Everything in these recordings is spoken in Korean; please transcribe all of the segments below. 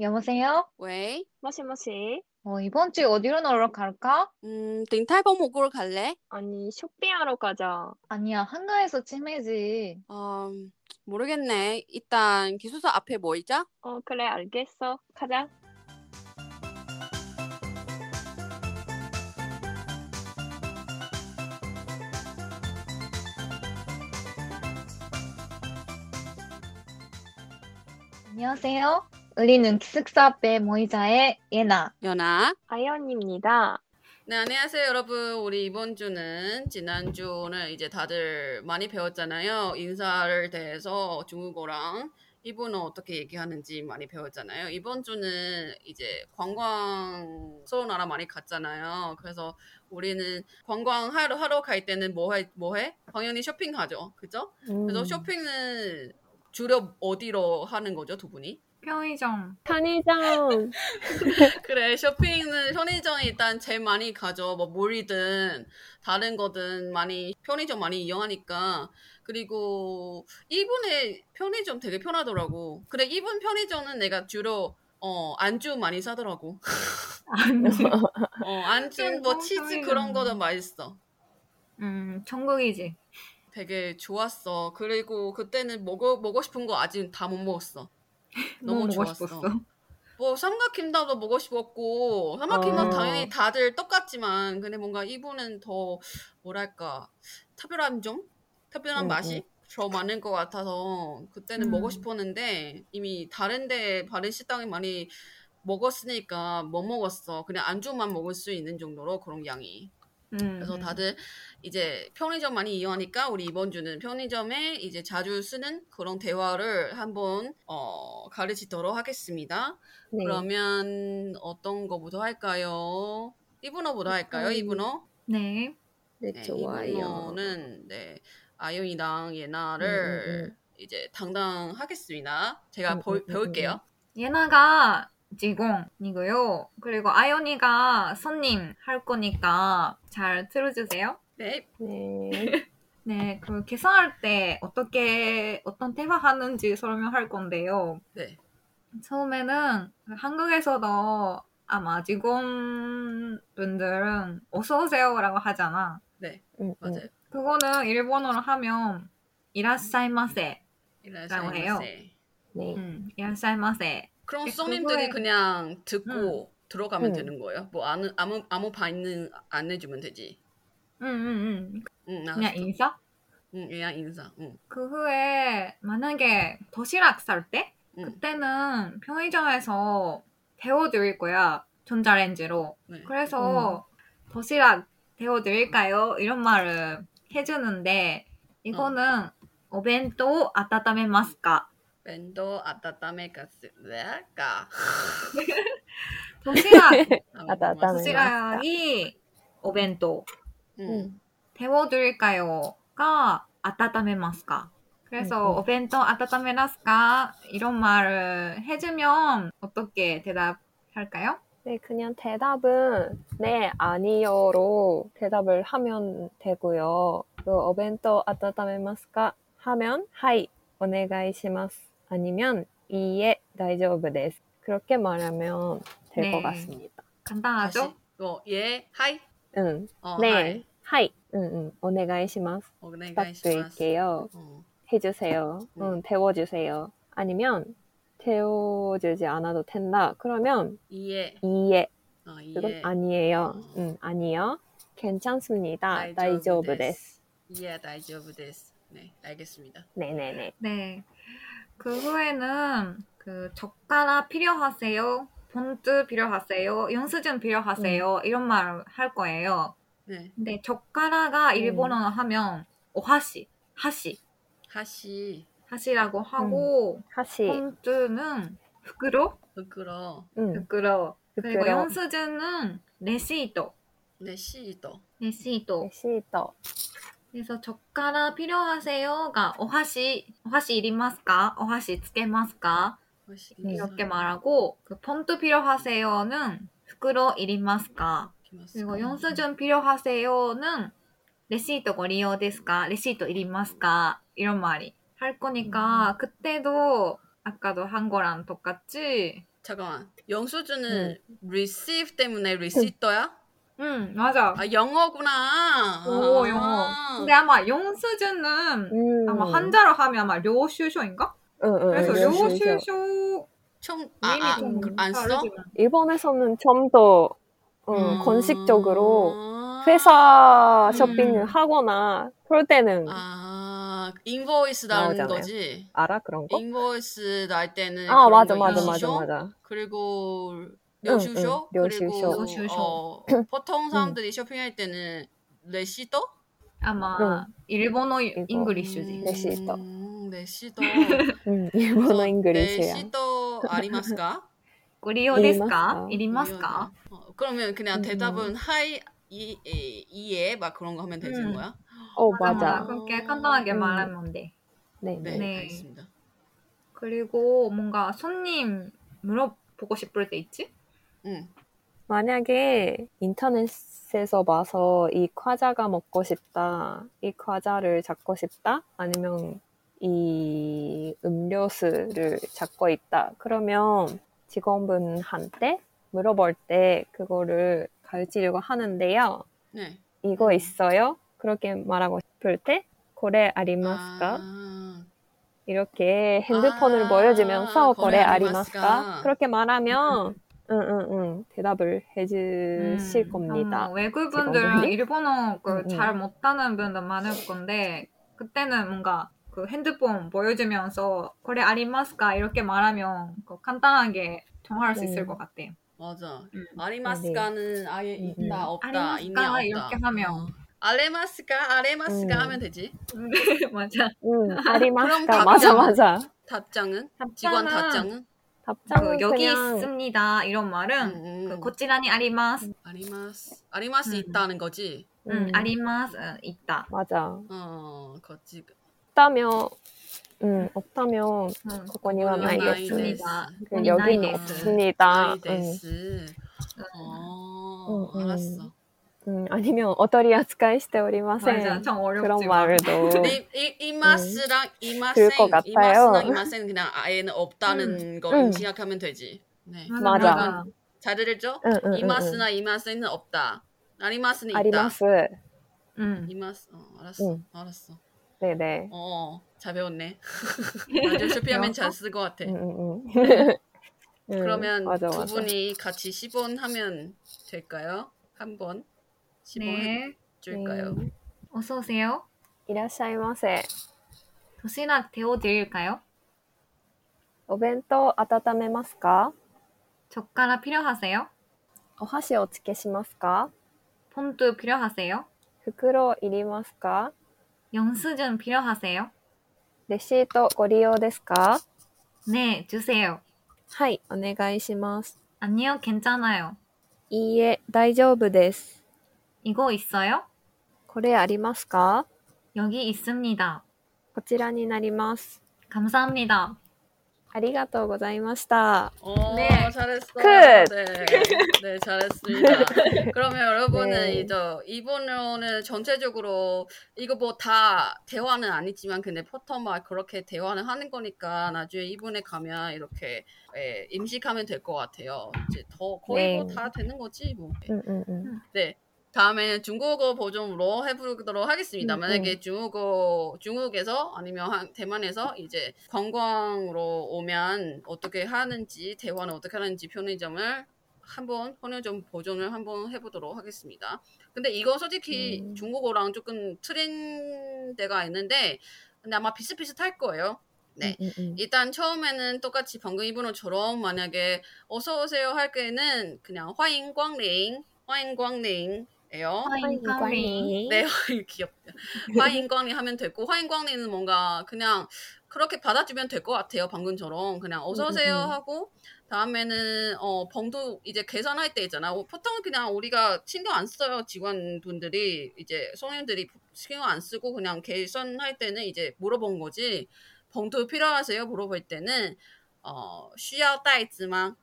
여보세요? 왜? 뭐시뭐시? 어, 이번 주에 어디로 놀러 갈까? 음, 링탈버 목으로 갈래? 아니, 쇼핑하러 가자. 아니야, 한가해서 치매지. 어, 모르겠네. 일단 기숙사 앞에 뭐 모이자. 어, 그래, 알겠어. 가자. 안녕하세요. 우리는 기숙사 앞에 모이자의 예나. 연아. 아이언입니다. 네, 안녕하세요, 여러분. 우리 이번 주는 지난주는 이제 다들 많이 배웠잖아요. 인사를 대해서 중국어랑 일본어 어떻게 얘기하는지 많이 배웠잖아요. 이번 주는 이제 관광 서로 나라 많이 갔잖아요. 그래서 우리는 관광 하러, 하러 갈 때는 뭐 해? 뭐 해? 당연히 쇼핑 가죠. 그죠? 그래서 쇼핑은 주로 어디로 하는 거죠, 두 분이? 편의점. 편의점. 그래, 쇼핑은 편의점이 일단 제일 많이 가죠. 뭐, 몰이든, 다른 거든 많이, 편의점 많이 이용하니까. 그리고, 일본의 편의점 되게 편하더라고. 그래, 일본 편의점은 내가 주로, 어, 안주 많이 사더라고. 안주. 어, 안주, 뭐, 일본 치즈 편의점. 그런 거도 맛있어. 음, 천국이지. 되게 좋았어. 그리고 그때는 먹어, 먹고 싶은 거 아직 다 못 먹었어. 너무 뭐 먹고 좋았어. 싶었어. 뭐 삼각김밥도 먹고 싶었고 삼각김밥 어. 당연히 다들 똑같지만 근데 뭔가 이분은 더 뭐랄까 특별한 점? 특별한 음, 맛이 더 많은 것 같아서 어, 그때는 음. 먹고 싶었는데 이미 다른데 다른 식당에 많이 먹었으니까 못 먹었어 그냥 안주만 먹을 수 있는 정도로 그런 양이 음. 네. 그래서 다들 이제 편의점 많이 이용하니까 우리 이번 주는 편의점에 이제 자주 쓰는 그런 대화를 한번 어, 가르치도록 하겠습니다. 네. 그러면 어떤 거부터 할까요? 이분어부터 할까요? 음, 이분어? 네. 네, 네, 좋아요. 이분어는 네, 아윤이랑 예나를 음, 음, 이제 당당하겠습니다. 제가 음, 보- 음, 음, 배울게요. 예나가 지공이고요. 그리고 아연이가 손님 할 거니까 잘 들어주세요. 네, 네. 네, 그 계산할 때 어떻게 어떤 대화하는지 설명할 건데요. 네. 처음에는 한국에서도 아마 직원분들은 어서 오세요라고 하잖아. 음, 음. 맞아요. 그거는 일본어로 하면 이라사이마세. 이라시아이마세. 해요. 네. 음, 이라사이마세. 그럼 네, 성님들이 그거에- 그냥 듣고 들어가면 음. 되는 거예요? 뭐 아무 아무 아무 반응 안 해주면 되지. 음, 음, 음. 응, 알았어. 그냥 인사? 응, 그냥 인사. 응, 그 후에 만약에 도시락 살 때? 응. 그때는 편의점에서 데워드릴 거야. 전자레인지로. 네. 어. 그래서 도시락 데워드릴까요? 이런 말을 해주는데 어. 이거는 오벤토 아타타메마스까? 밴도 아따따메 가스 레까. 도시락, 아따따메. 도시락이 오벤토 음, 응, 데워드릴까요?가 아타타메마스까? 그래서 음, 음. 오벤토 아타타메마스까? 이런 말을 해주면 어떻게 대답할까요? 네, 그냥 대답은 네, 아니요로 대답을 하면 되고요. 그 오벤토 아따타메마스까 하면 하이, 오네가이시마스 아니면 이에 다이조브です. 그렇게 말하면 될 네. 것 같습니다. 간단하죠? 다시. 어, 예, 하이. 응. 어, 네. 하이. 하이. 응, 응. 오네가이시마스. 어, 네, 가이시마스. 부탁드릴게요. 어, 해주세요. 음. 응, 데워주세요. 아니면 데워주지 않아도 된다. 그러면 이해. 이해. 어, 이건 이해. 아니에요. 어. 응, 아니요. 괜찮습니다. 大丈夫です. 다이조브です. 이해, 다이조브です. 네, 알겠습니다. 네네네. 네. 그 후에는 그 젓가락 필요하세요? 본드 필요하세요? 연수준 필요하세요? 이런 말 할 거예요. 네, 근데 젓가락가 음. 일본어로 하면 오하시, 하시, 하시. 하시라고 하고 하시. 어, 본드는袋, 부끄러. 응, 袋. 그리고 음. 부끄러워. 연수준은 레시토, 네, 시도. 레시토. 시도. 그래서 젓가락 필요하세요가 오하시, 오하시 いりますか? 오하시 つけますか? 하시. 네, 이렇게 말하고 그 폰트 필요하세요는 부끄러 이리마스까 그리고 연수준 필요하세요는 레시트 고리요ですか 레시트 이리마스까 이런 말이 할 거니까 그때도 아까도 한 거랑 똑같이 잠깐만. 영수증은 네. receive 때문에 receive야? 응, 음, 맞아. 아 영어구나. 오, 아. 영어. 근데 아마 영수증은 음. 아마 한자로 하면 아마 료슈쇼인가? 응, 응, 그래서 응, 심지어. 료슈쇼 총 아, 이름이 아, 좀 그- 안 써? 다르지만. 일본에서는 좀 더 건식적으로 음. 아. 음, 회사 음. 쇼핑을 하거나 그럴 때는 아 인보이스 나오는 나오잖아요. 거지. 알아 그런 거? 인보이스 날 때는 아 그런 맞아 거 맞아 맞아 영수증? 맞아. 그리고 료슈쇼 응, 그리고 료슈쇼. 어, 보통 사람들이 쇼핑할 때는 레시더 아마 일본어 이거. 잉글리쉬지. 레시더. 음, 레시더 응, 음, 일본어 잉글리시야. 레시더 아리마스까? 고리오 데스까? 이리마스까? 이리마스까? 어, 그러면 그냥 음. 대답은 하이 이, 이, 이에 막 그런 거 하면 되는 음. 거야? 어 맞아. 맞아. 그렇게 간단하게 음. 말하면 돼. 네. 네, 네. 알겠습니다. 그리고 뭔가 손님 물어보고 싶을 때 있지? 음. 만약에 인터넷에서 봐서 이 과자가 먹고 싶다, 이 과자를 잡고 싶다, 아니면 이 음료수를 잡고 있다. 그러면 직원분한테 물어볼 때 그거를 가르치려고 하는데요. 네. 이거 있어요? 그렇게 말하고 싶을 때, 고래 아리마스까? 아, 이렇게 핸드폰을 보여주면서 고래 거래 아리마스까? 아리마스까? 그렇게 말하면 응응응 대답을 해주실 음, 겁니다. 아마 외국분들은 직원분들? 일본어 그 음, 잘 못하는 분들 많을 건데 그때는 뭔가 그 핸드폰 보여주면서 그래 아리마스까 이렇게 말하면 그 간단하게 통화할 수 있을 음. 것 같아. 맞아. 음. 아리마스카는 아예 음, 있다 음. 없다 아리마스카 있냐 없다. 이렇게 하면. 어. 아레마스카 아레마스카 음. 하면 되지. 맞아. 그 응 그럼 아리마스까 답장. 맞아 맞아. 답장은 직원 답장은 답장은 그 여기 그냥 있습니다 이런 말은 음, 그 음. 고치란이 아리마스, 아리마스 아리마스 음. 있다는 거지. 음, 아리마스 음, 있다. 맞아. 어 거지. 없다면 음 없다면 음. 그거는 그거는 하나 알겠습니다. 알겠습니다. 그 음, 여기는 나이데스. 아, 없습니다. 네. 응 아이데스. 음. 어 음, 음. 알았어. 음, 아니면 어떠리 아스카이 시테 맞아, 오리마센 좀 그런 어렵지만. 말도 이, 네, 이, 이마스랑 이마센 네. 그럴 것 같아요. 이마스랑 이마센 그냥 아예는 없다는 걸 음. 생각하면 되지. 네. 맞아. 잘 들었죠? 응, 응, 응, 응. 이마스나 이마센은 없다. 아리마스는 있다. 음, 아리마스 음. 음. 이마스. 어, 알았어. 응. 알았어. 네네. 어, 잘 배웠네. 나중에 쇼핑하면 잘 쓸 것 같아. 응, 응, 응. 응, 그러면 음, 맞아, 두 맞아. 분이 같이 10원 하면 될까요? 한번 10원 네. 해줄까요? 네. 어서 오세요. いらっしゃいませ。 도시락 데워드릴까요? お弁当温めますか 젓가락 필요하세요? お箸お付けしますか 폰도 필요하세요? 袋いりますか 영수증 필요하세요? レシートご利用ですか 네, 주세요. はい、お願いします。 아니요, 괜찮아요. いいえ、大丈夫です。 이거 있어요? これありますか 여기 있습니다. こちらになります。 감사합니다. ありがとうございました。 어, 네. 잘했어. 끝! 네. 네, 잘했습니다. 그러면 여러분은 네. 이제 일본어는 전체적으로 이거 뭐 다 대화는 아니지만 근데 보통 막 그렇게 대화는 하는 거니까 나중에 일본에 가면 이렇게 예, 임식하면 될 것 같아요. 이제 더 거의 네. 뭐 다 되는 거지 뭐. うんうんうん。 네. 다음에는 중국어 버전으로 해보도록 하겠습니다. 음, 만약에 중국어, 중국에서 아니면 한- 대만에서 이제 관광으로 오면 어떻게 하는지, 대화는 어떻게 하는지 편의점을 한번, 편의점 버전을 한번 해보도록 하겠습니다. 근데 이거 솔직히 음. 중국어랑 조금 틀린 데가 있는데, 근데 아마 비슷비슷할 거예요. 네. うんうんうん 일단 처음에는 똑같이 방금 일본어처럼 만약에 어서 오세요 할 때는 그냥 화인광링, 화인광링예요. 화인광리. 네, 귀엽다. 화인광링 하면 됐고 화인광링은 뭔가 그냥 그렇게 받아주면 될 것 같아요. 방금처럼 그냥 어서 오세요 음, 음, 음. 하고 다음에는 어 봉도 이제 계산할 때 있잖아. 어, 보통은 그냥 우리가 신경 안 써요 직원분들이 이제 손님들이 신경 안 쓰고 그냥 계산할 때는 이제 물어본 거지. 봉투 필요하세요? 물어볼 때는 어, 需要袋子吗?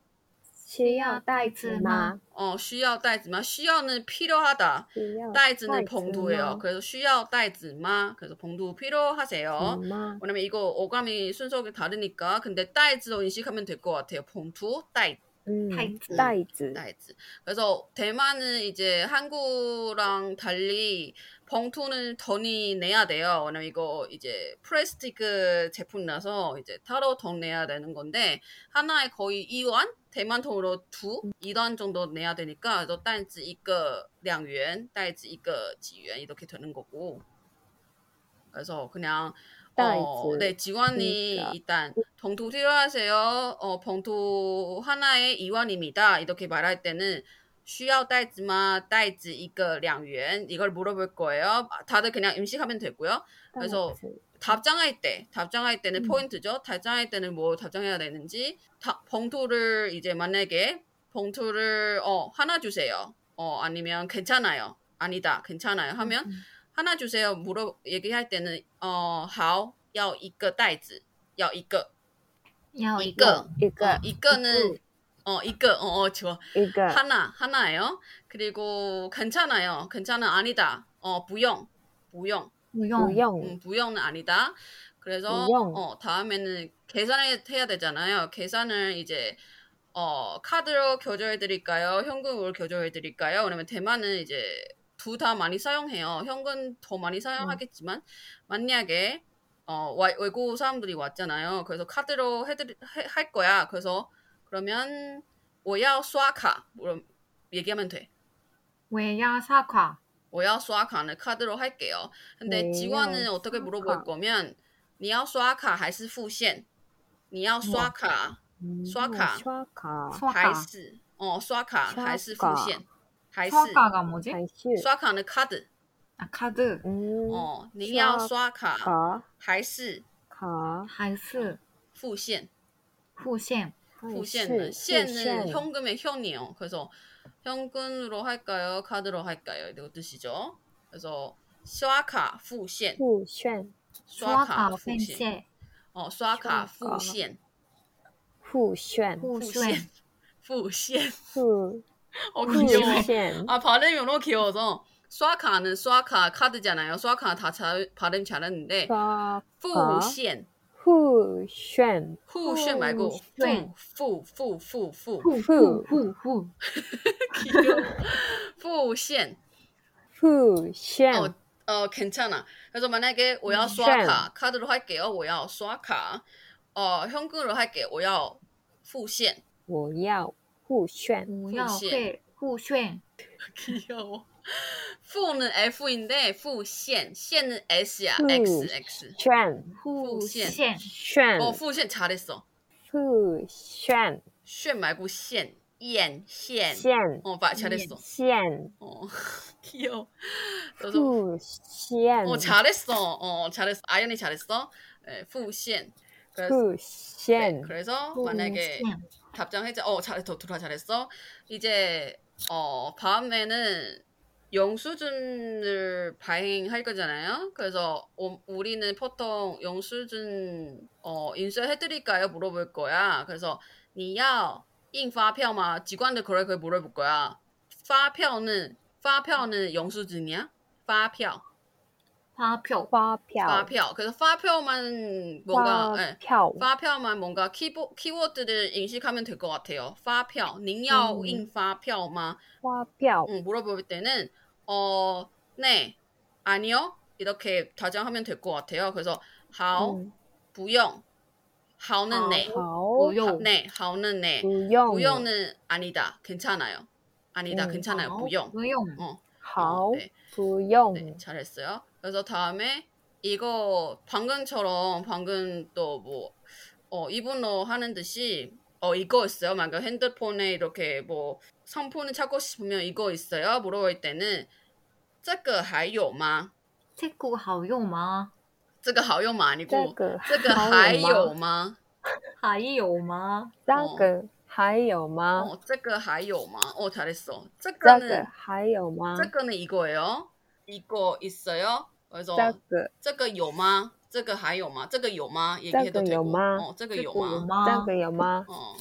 需要袋子吗？ 어, 需要袋子吗? 需要는 필요하다. 需 袋子는 要袋子吗? 봉투예요. 그래서 需要袋子吗? 그래서 봉투 필요하세요. 엄마. 왜냐면 이거 어감이 순서가 다르니까 근데 따이즈로 인식하면 될 것 같아요. 봉투, 따이, 음, 타이즈. 타이즈. 따이즈. 그래서 대만은 이제 한국랑 달리 봉투는 돈이 내야 돼요. 왜냐면 이거 이제 플라스틱 제품 나서 이제 따로 돈 내야 되는 건데 하나에 거의 2원? 대만 돈으로 두, 2원 정도 내야 되니까 그래서 따이즈 1个2元, 따이즈 1个 지元 이렇게 되는 거고 그래서 그냥 어, 따이즈. 네, 직원이 그러니까. 일단 봉투 필요하세요. 어, 봉투 하나에 2원입니다. 이렇게 말할 때는 需要袋子吗?袋子 이거 2元 이걸 물어볼 거예요. 다들 그냥 음식하면 되고요. 그래서 타이즈. 답장할 때, 답장할 때는 음. 포인트죠. 답장할 때는 뭐 답장해야 되는지 다- 봉투를 이제 만약에 봉투를 어, 하나 주세요. 어, 아니면 괜찮아요. 아니다. 괜찮아요. 하면 하나 주세요. 물어 얘기할 때는 어, 好,要一个袋子.要一个.要一 이거. 一个， 어, 이거는 어, 이거. 어, 어, 좋아. 一个， 하나, 하나예요. 그리고 괜찮아요. 괜찮아 아니다. 어, 부용. 부용. 不用，不用， 음, 무형은 아니다. 그래서 무형. 어, 다음에는 계산을 해야 되잖아요. 계산을 이제 어, 카드로 교조해 드릴까요? 현금으로 교조해 드릴까요? 왜냐면 대만은 이제 둘 다 많이 사용해요. 현금 더 많이 사용하겠지만 만약에 어, 와- 외국 사람들이 왔잖아요. 그래서 카드로 해드리, 해- 할 거야. 그래서 그러면 我要刷卡 물어- 얘기하면 돼. 尾要刷卡，我要刷卡는 카드로 할게요. 근데 네, 지원은 어, 어떻게 刷 물어볼 카. 거면 你要刷卡还是付现?你要刷卡还是嗯刷卡。嗯刷卡，刷卡， 어, 刷卡刷卡。还是付现?还是刷卡干么子？还是， 刷卡는 哦 카드. 啊，卡的，嗯， 어, 刷卡，你要刷卡还是付现?卡，还是付现？嗯 付现는 还是， 现은 현금의 현이에요. 그래서 현금으로 할까요? 카드로 할까요? 이거 뜻이죠. 그래서 刷卡付现,付现，刷卡刷变卡付现.现，哦 어, 쏴카 刷卡。 후시엔 付现，付现 후시엔 ， 후시엔 付， 어 付现。 귀여워 付现， 아 발음이 너무 귀여워서 쏴카는 쏴카 카드잖아요 쏴카 다 자, 발음 잘하는데 刷， 후시엔 付现， 후시엔 말고 付现。付 후후후후후 付付付， 귀여워 후시엔 付现， 어, 어 괜찮아 그래서 만약에 我要 쉔. 쏴카 카드로 할게요 我要 쏴카 어 현금으로 할게 我要 후시엔 我要付现，不要会互炫， 귀여워. fu는 F인데 fu 线, 线은 S야. 付 X X. 炫，互现现，炫， 어, fu线 잘했어. 付现，炫 말고 线,眼,线.现， 어, 봐, 잘했어. 现， 어, 귀여워. 그래서 付现， 어, 잘했어. 어, 잘했어. 아연이 잘했어. 네, fu线. 그래서 네, 付现， 그래서 互 만약에 现， 답장해자. 어, 잘했어. 돌아 잘했어. 이제 어, 다음에는 영수증을 발행할 거잖아요. 그래서 어, 우리는 보통 영수증 어, 인쇄해 드릴까요? 물어볼 거야. 그래서 你要印发票吗? 직원들 그걸 그걸 물어볼 거야. 发票는 发票는 영수증이야? 发票.发票，发票，哎发票. 그래서 发票만 뭔가 예. 票 发票만 뭔가 키보, 키워드를 인식하면 될 것 같아요. 发票,您要印发票吗?发票 응, 음。 물어볼 때는 어, 네, 아니요 이렇게 다정하면 될 것 같아요. 그래서 好,嗯 부용, 好는 네, 好不用 네, 好는 네, 不用 부용은 아니다, 괜찮아요. 아니다, 음, 괜찮아요, 好 부용. 不用， 어, 好 네. 不用 네, 잘했어요. 그래서 다음에 이거 방금처럼 방금 또 뭐 어, 일본어 하는 듯이 어 이거 있어요. 만약 핸드폰에 이렇게 뭐 상품을 찾고 싶으면 이거 있어요. 물어볼 때는 这个还有吗?这个好用吗？这个好用吗?这 아니고 个这个还有吗?还有吗？这个还有吗？ 어, 这个还有吗? 어, 잘했어. 哦这个 这个는 还有吗？ 这个는 이거예요. 이거 있어요. 그래서 这个这个有吗?这个还有吗?这个有吗?얘기해도 되고. 这个有吗? 어, 这个这个有吗?有这吗？个有吗？ 어.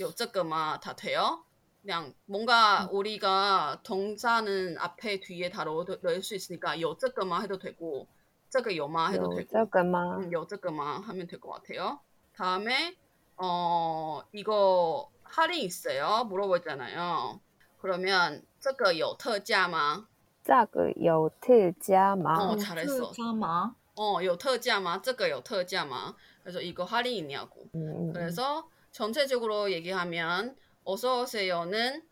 요조그마 다 돼요? 그냥 뭔가 우리가 동사는 앞에 뒤에 다 넣- 넣을 수 있으니까 요조그마 해도 되고 저거 요마 해도 되고 요조그마. 음, 요조그마 하면 될 것 같아요. 다음에 어 이거 할인 있어요? 물어보잖아요. 그러면 저거 요特价吗? 这个有特价吗？ 어, 잘했어. 자마. 어, 有特价吗?这个有特价吗? 그래서 이거 할인이냐고. 음, 음, 그래서 전체적으로 얘기하면 어서 오세요는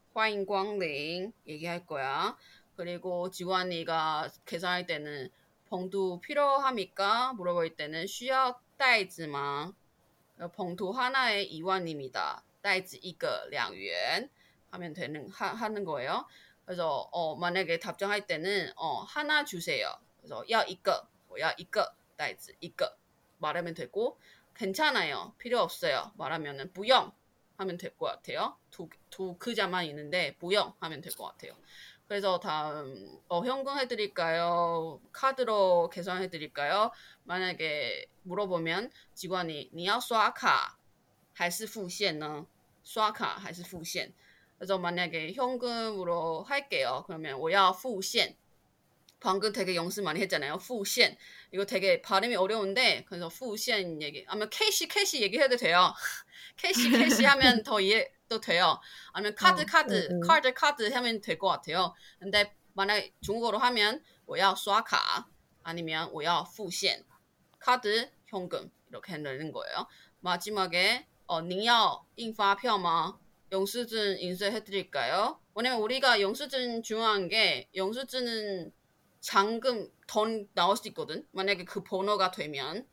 화인광링 얘기할 거야. 그리고 지원이가 계산할 때는 봉투 필요합니까? 물어볼 때는 需要袋子吗? 봉투 하나에 2원입니다. 袋子1个2元 하면 되는 하, 하는 거예요. 그래서 어, 만약에 답장할 때는 어, 하나 주세요. 그래서 뭐, 要一个,我要一个袋子一个 말하면 되고 괜찮아요. 필요 없어요. 말하면은 부영 하면 될 것 같아요. 두, 두 글자만 있는데 부영 하면 될 것 같아요. 그래서 다음 어, 현금 해드릴까요? 카드로 계산해드릴까요? 만약에 물어보면 직원이 你要刷卡还是付现呢?刷卡还是付现? 그래서 만약에 현금으로 할게요. 그러면 我要付现. 방금 되게 연습 많이 했잖아요. 付现. 이거 되게 발음이 어려운데 그래서 후시안 얘기 아니면 캐시 캐시 얘기해도 돼요. 캐시 캐시 하면 더 이해도 돼요. 아니면 카드 어, 카드 음, 음. 카드 카드 하면 될 것 같아요. 근데 만약 중국어로 하면 我要刷卡 아니면 我要付现 카드 현금 이렇게 내는 거예요. 마지막에 어, 您要印发票吗? 영수증 인쇄해드릴까요? 왜냐면 우리가 영수증 중요한 게 영수증은 잔금 돈 나올 수 있거든. 만약에 그 번호가 되면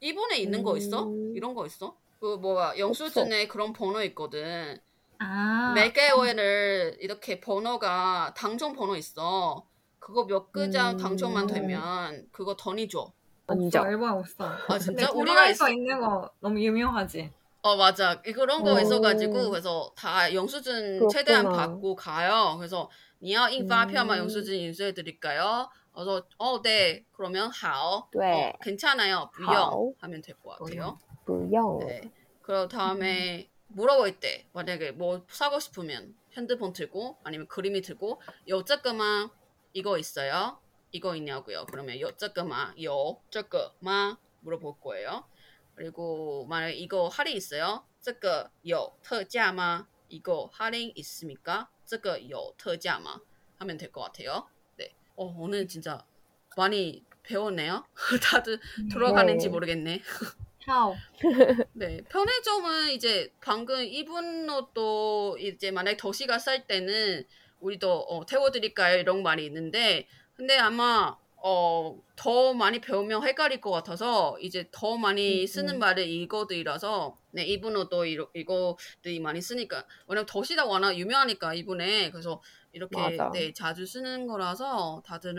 일본에 있는 거 있어? 음. 이런 거 있어? 그 뭐야 영수증에 그런 번호 있거든. 아. 몇 개월을 이렇게 번호가 당첨 번호 있어. 그거 몇 글자 음. 당첨만 되면 그거 돈이 줘. 먼저. 없어, 일본 없어. 아 진짜 근데 우리가 있... 우리나라에서 있는 거 너무 유명하지. 어 맞아 그런 거 오. 있어가지고 그래서 다 영수증 그렇구나. 최대한 받고 가요. 그래서 你要印发票吗? 음. 뭐 영수증 인쇄해 드릴까요? 그래서 어네 그러면 好 네. 어, 괜찮아요 好. 부용 하면 될 것 같아요. 不用。 네. 그럼 다음에 물어볼 때 만약에 뭐 사고 싶으면 핸드폰 들고 아니면 그림이 들고 여자그마 이거 있어요? 이거 있냐고요? 그러면 여자그마 여자그마 물어볼 거예요. 그리고 만약에 이거 할인 있어요? 这个有特价吗 이거 할인 있습니까? 这个有特价吗 하면 될 것 같아요. 네. 어, 오늘 진짜 많이 배웠네요. 다들 들어가는지 네. 모르겠네. 하오. 네, 편의점은 이제 방금 일본어도 이제 만약에 도시가 쌀 때는 우리도 어, 태워드릴까요? 이런 말이 있는데, 근데 아마 어, 더 많이 배우면 헷갈릴 것 같아서 이제 더 많이 쓰는 말은 이거들이라서 네, 일본어도 이러, 이거들이 많이 쓰니까 왜냐면 도시다 워낙 유명하니까 일본에 그래서 이렇게 맞아. 네, 자주 쓰는 거라서 다들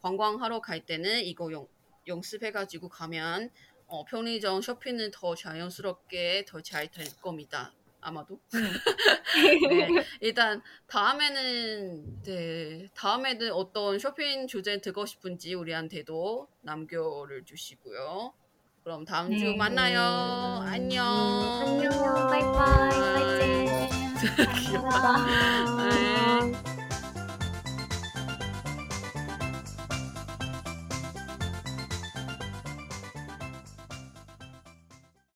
관광하러 갈 때는 이거 용, 연습해가지고 가면 어, 편의점 쇼핑은 더 자연스럽게 더 잘 될 겁니다. 아마도. 네, 일단 다음에는 네, 다음에는 어떤 쇼핑 주제 듣고 싶은지 우리한테도 남겨를 주시고요. 그럼 다음 네. 주 만나요. 안녕. 아， 안녕. 바이바이. 화이팅. 감사합니다. 네.